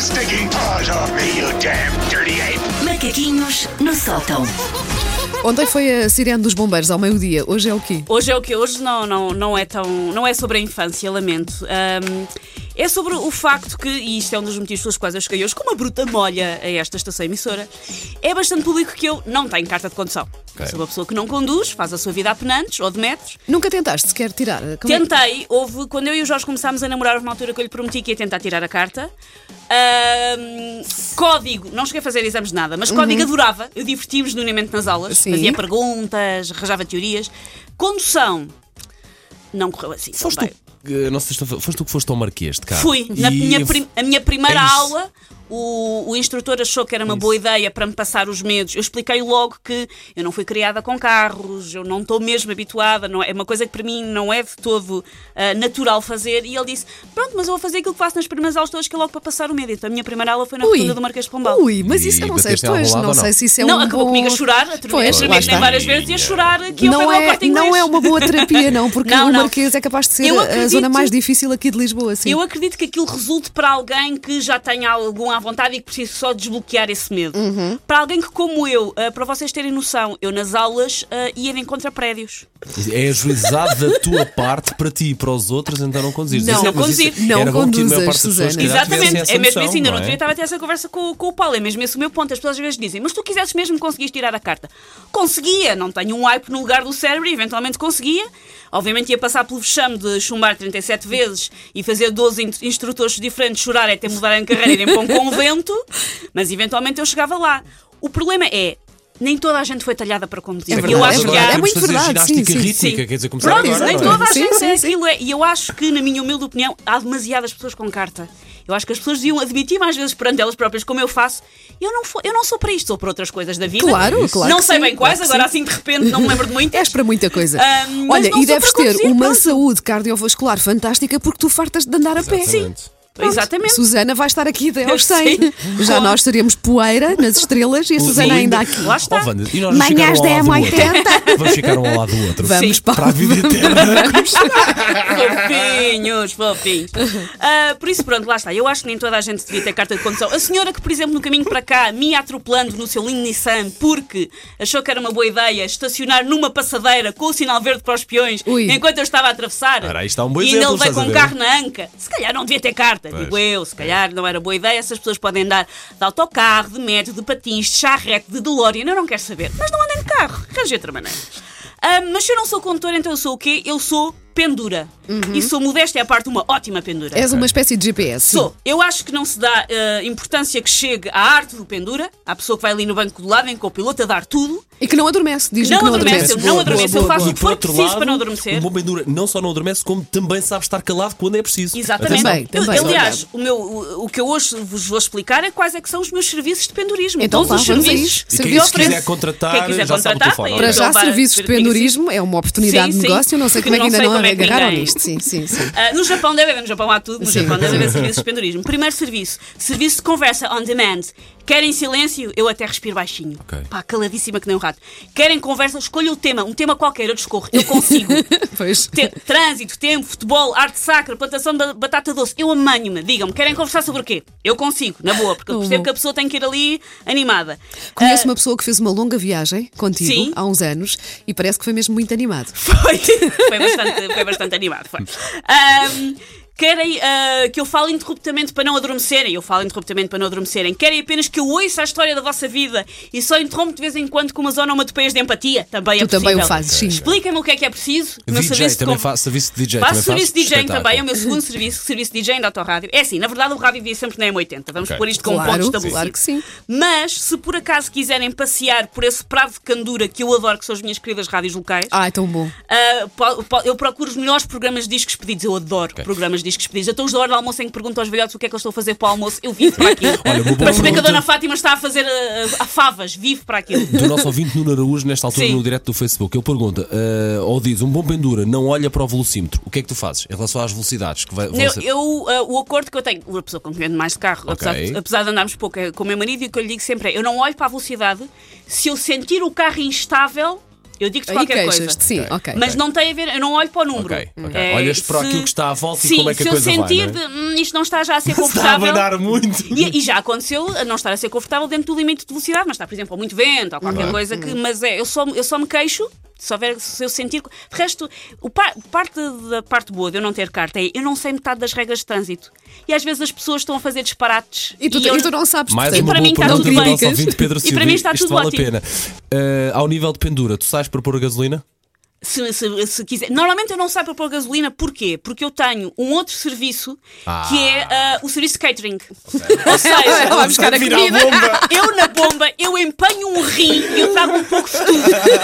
stinking paws off me, you damn dirty ape! Macaquinhos no sótão. Ontem foi a sirene dos bombeiros ao meio-dia, hoje é o quê? Hoje é o que hoje não não não é tão não é sobre a infância, lamento. Ahm, é sobre o facto que, e isto é um dos motivos pelos quais eu cheguei hoje, com uma bruta molha a esta estação emissora, é bastante público que eu não tenho carta de condução. Sou uma pessoa que não conduz, faz a sua vida a penantes ou de metros. Nunca tentaste sequer tirar? Como é que- Tentei, houve, quando eu e o Jorge começámos a namorar, houve uma altura que eu lhe prometi que ia tentar tirar a carta. Ahm, código, não cheguei a fazer exames de nada, mas código adorava, eu diverti-me genuinamente nas aulas, Uhum. Sim. fazia perguntas, arranjava teorias. Condução, não correu assim. tão Foste bem. tu, eh, não sei se foste tu que foste ao Marquês de cá. Fui. Na minha, prim- a minha primeira Tá. É isso. É aula, o, o instrutor achou que era uma boa ideia para me passar os medos. Eu expliquei logo que eu não fui criada com carros, eu não estou mesmo habituada, não é é uma coisa que para mim não é de todo ah, natural fazer. E ele disse: Pronto, mas eu vou fazer aquilo que façto nas primeiras aulas todas, que é logo para passar o medo. Então a minha primeira aula foi na rotunda do Marquês de Pombal. Ui, mas isso eu E não sei, bateste em algum pois, lado não ou não? sei se isso é não, um acabou bom... comigo a chorar, a tro- Pois, a lá tremei está. várias vezes e a chorar que eu Não pego ao é, corte inglês. não é uma boa terapia, não, porque Não, o não. Marquês é capaz de ser Eu a- a zona acredito- mais difícil aqui de Lisboa, sim. É Eu acredito que aquilo resulte para alguém que já tenha algum à vontade e que precise só desbloquear esse medo. Para alguém que, como eu, ah, para vocês terem noção, eu nas aulas ah, ia em contra prédios. É ajuizado da tua parte para ti e para os outros, então não conduzires. Não, Isso é- mas conduzir. isso Não era bom que a maior conduzas, parte das pessoas, se Susana. calhar, tivessem Exatamente, essa é mesmo noção, assim. Ainda no não outro dia é? estava a ter essa conversa com, com o Paulo, é mesmo esse o meu ponto. As pessoas às vezes dizem, mas tu quisesses mesmo conseguir tirar a carta. Conseguia, não tenho um hype no lugar do cérebro, eventualmente conseguia. Obviamente ia passar pelo vexame de chumbar 37 vezes e fazer 12 in- instrutores diferentes chorar até mudarem de carreira e irem para um convento, mas eventualmente eu chegava lá. O problema é, nem toda a gente foi talhada para conduzir. É verdade, eu acho é que verdade. há- É muito Vamos fazer verdade, ginástica sim, sim, rítmica, sim. quer dizer, começar Pronto, agora, nem não é? toda a Sim, gente sim, é sim. aquilo. É. E eu acho que, na minha humilde opinião, há demasiadas pessoas com carta. Eu acho que as pessoas deviam admitir mais vezes perante elas próprias, como eu faço. Eu não, fo- eu não sou para isto, sou para outras coisas da vida. Claro, claro Não que sei sim, bem claro quais, que agora sim. assim de repente não me lembro de muitas. És para muita coisa. Ah, mas Olha, não e sou para deves ter conduzir, uma pronto. saúde cardiovascular fantástica porque tu fartas de andar a pé. Exatamente. Pronto. Exatamente. Susana vai estar aqui até Eu aos 100. sei. Já Como? nós estaríamos poeira nas estrelas e a Susana ainda aqui. Lá está. Oh, Wanda, e nós vamos Manhãs ficar um ao lado do 10h80. outro. Vamos ficar um ao lado do outro. Vamos, Sim. Paulo. Para a vida eterna. Fofinhos, fofinhos. Ah, por isso, pronto, lá está. Eu acho que nem toda a gente devia ter carta de condução. A senhora que, por exemplo, no caminho para cá, me ia atropelando no seu lindo Nissan porque achou que era uma boa ideia estacionar numa passadeira com o sinal verde para os peões Ui. enquanto eu estava a atravessar. Ora, aí está um bom e ainda exemplo, levei estás com a um ver? carro na anca. Se calhar não devia ter carta, Pois. digo eu. Se calhar não era boa ideia. Essas pessoas podem andar de autocarro, de metro, de patins, de charrete, de DeLorean. Eu não quero saber. Mas não andem de carro. Arranjei outra maneira. Ah, mas se eu não sou condutora, então eu sou o quê? Eu sou pendura. Uhum. E sou modesta é a parte uma ótima pendura. És uma espécie de GPS. sim. Sou. Eu acho que não se dá ah, importância que chegue à arte do pendura, à pessoa que vai ali no banco do lado, em que o piloto a dar tudo. E que não adormece. Diz Não que não adormece, adormece. eu não adormeço, eu faço- E por Foi outro preciso lado, para não adormecer. O bom pendura não só não adormece, como também sabe estar calado quando é preciso. Exatamente. Também, Eu- também. aliás, o, meu, o, o que eu hoje vos vou explicar é quais é que são os meus serviços de pendurismo. Então Todos vá, os vamos a serviços. isso. E quem Serviço se quiser oferece. contratar, Quem quiser já sabe o contratar, telefone. tem ok? Para já, Então vá, serviços de verifica-se. pendurismo é uma oportunidade Sim, de sim. negócio. Não sei Que como é que não ainda sei não como é que agarraram ninguém- nisto. Sim, sim, sim. Ah, no Japão deve haver, no Japão há tudo, no Sim. Japão deve haver serviços de pendurismo. Primeiro serviço, serviço de conversa on demand. Querem silêncio? Eu até respiro baixinho. Ok. Pá, caladíssima que nem um rato. Querem conversa? Escolha o tema, um tema qualquer, eu discorro, eu consigo. Pois. Te- trânsito, tempo, futebol, arte sacra, plantação de ba- batata doce. Eu amanho-me. Digam-me, querem conversar sobre o quê? Eu consigo, na boa, porque eu Bom, percebo bom. que a pessoa tem que ir ali animada. Conheço uma pessoa que fez uma longa viagem contigo Ah. Sim. há uns anos e parece que foi mesmo muito animado. Foi. foi, bastante, foi bastante animado. Foi. Ahm, querem ah, que eu fale interruptamente para não adormecerem? Eu falo interruptamente para não adormecerem. Querem apenas que eu ouça a história da vossa vida e só interrompo de vez em quando com uma zona uma de empatia? Também é Tu também possível. o fazes, sim. Explica-me o que é que é preciso. O meu DJ serviço de também con- faço serviço de DJ. Faço também serviço de DJing também, é o Espetáculo. meu segundo serviço, serviço de DJing da Autorádio. É assim, na verdade o rádio devia sempre na M80, vamos Ok. pôr isto como Claro, ponto sim. estabelecido. claro que sim. Mas, se por acaso quiserem passear por esse prado de candura que eu adoro, que são as minhas queridas rádios locais, Ah, é tão bom. Uh, po- po- eu procuro os melhores programas de discos pedidos. Eu adoro programas de discos pedidos. Até os da hora do almoço em que pergunto aos velhotes o que é que eu estou a fazer para o almoço. Eu vivo para aquilo. Olha, uma boa para saber que a pergunta. Dona Fátima está a fazer uh, a favas. Vivo para aquilo. Do nosso ouvinte Nuno Araújo, nesta altura, Sim. no direto do Facebook, ele pergunta, eh, ou diz, um bom pendura não olha para o velocímetro, o que é que tu fazes em relação às velocidades? Que vai, vão Eu, ser- eu, uh, o acordo que eu tenho, uma pessoa com quem ando mais de carro, Ok. apesar, de, apesar de andarmos pouco é, com o meu marido, e o que eu lhe digo sempre é: eu não olho para a velocidade. Se eu sentir o carro instável, Eu digo-te Aí qualquer coisa. queixas-te, sim, ok. Mas não tem a ver, eu não olho para o número. É, Ok, ok. Olhas para aquilo que está à volta e sim, como é que se a coisa eu vai, sentir não é? de, "Hum, isto não está já a ser Está a confortável. abanar muito. E, e já aconteceu a não estar a ser confortável dentro do limite de velocidade, mas está, por exemplo, ou muito vento ou qualquer coisa que. Uhum. Mas é, eu só, eu só me queixo se, houver, se eu sentir. De resto, o pa- parte da parte boa de eu não ter carta é eu não sei metade das regras de trânsito. E às vezes as pessoas estão a fazer disparates. E tu, eu- e tu não sabes, Mais portanto. uma para boa mim está pergunta tudo do bem. nosso ouvinte Pedro E Silva. para mim está Isto tudo vale ótimo. a pena. Eh, ao nível de pendura, tu sais para pôr a gasolina? se, se- se quiser. Normalmente eu não saio para pôr gasolina, porquê? Porque eu tenho um outro serviço que é ah, o serviço de catering. Ou seja, Ela vai buscar a comida. eu na bomba, eu empenho um rim e eu trago um pouco de tudo.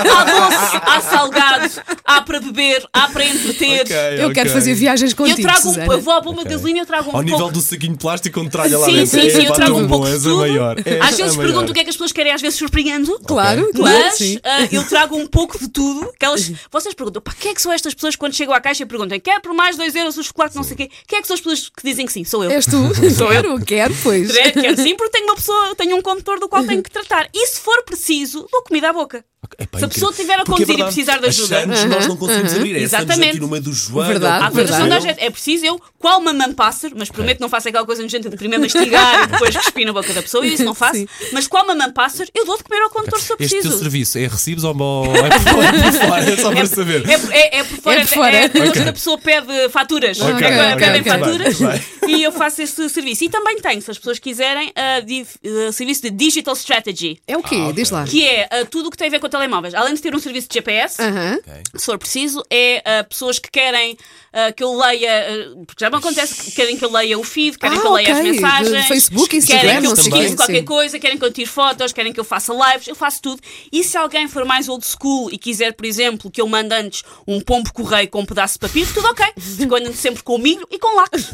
Há doce, há salgado, há para beber, há para entreter. Eu quero fazer viagens Eu contigo, trago um, Susana. eu vou à bomba de gasolina, eu trago um Ao nível pouco. do saquinho de plástico onde tralha lá sim, dentro. É sim, sim, eu Epá, trago tão um pouco bom, de és a tudo. maior. és Às a vezes maior. pergunto o que é que as pessoas querem, às vezes surpreendo. Claro, claro, Mas sim. Uhum. ah, eu trago um pouco de tudo. Aquelas... Vocês perguntam, para que é que são estas pessoas que quando chegam à caixa e perguntam, quer por mais 2 euros o chocolate, não sei o quê? Quem é que são as pessoas que dizem que sim? Sou eu. És tu? quero, quero, pois. Quer- Quer sim, é assim, porque tenho uma pessoa, tenho um condutor do qual tenho que tratar. E se for preciso, dou comida à boca. Epá, se a pessoa incrível. estiver a Porque é conduzir e precisar verdade, de as ajuda. Santos nós não conseguimos abrir. É Santos Exatamente. aqui no meio do João. Verdade, Há coisas que não verdade. dá jeito. É preciso eu, qual mamãe pássaro, mas É. prometo não faço aquela coisa nojenta de primeiro mastigar e depois cuspir na boca da pessoa, eu isso não faço. Sim. Mas qual mamãe pássaro, eu dou de comer ao condutor se eu Este teu preciso. serviço é recibos ou ou é por fora? É por fora, é só para saber. É, por- é, é por fora. É por fora. é- é quando Ok. a pessoa pede faturas. Ok, Agora ok, pedem ok. faturas Vai, e eu faço esse serviço. E também tenho, se as pessoas quiserem, ah, di- ah, serviço de Digital Strategy. É o quê? Diz lá. Que é ah, tudo o que tem a ver com telemóveis. Além de ter um serviço de GPS, Aham. se for preciso, é ah, pessoas que querem ah, que eu leia, ah, porque já me acontece, que querem que eu leia o feed, querem Ah, que eu leia as ok. mensagens, De Facebook, Instagram, querem que eu não sei pesquise bem, qualquer sim. coisa, querem que eu tire fotos, querem que eu faça lives, eu faço tudo. E se alguém for mais old school e quiser, por exemplo, que eu mande antes um pombo correio com um pedaço de papiro, tudo ok, porque eu ando sempre com milho e com lápis.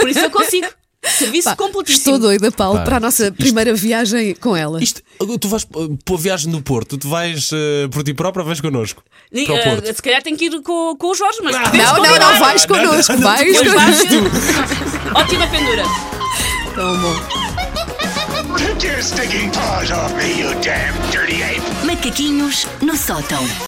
Por isso eu consigo. Serviço Pá, completíssimo. Estou doida, Paulo, Pá, para a nossa primeira viagem com ela. Isto, tu vais uh, para a viagem do Porto, tu vais uh, por ti própria, vais connosco. E, Para o ah, Porto. se calhar tenho que ir com, com o Jorge, mas podemos Não, não, combinar. não, vais connosco, vais. Eu acho- Ótima pendura. Tão bom. Take your stinking paws off me, you damn dirty ape! Macaquinhos no sótão.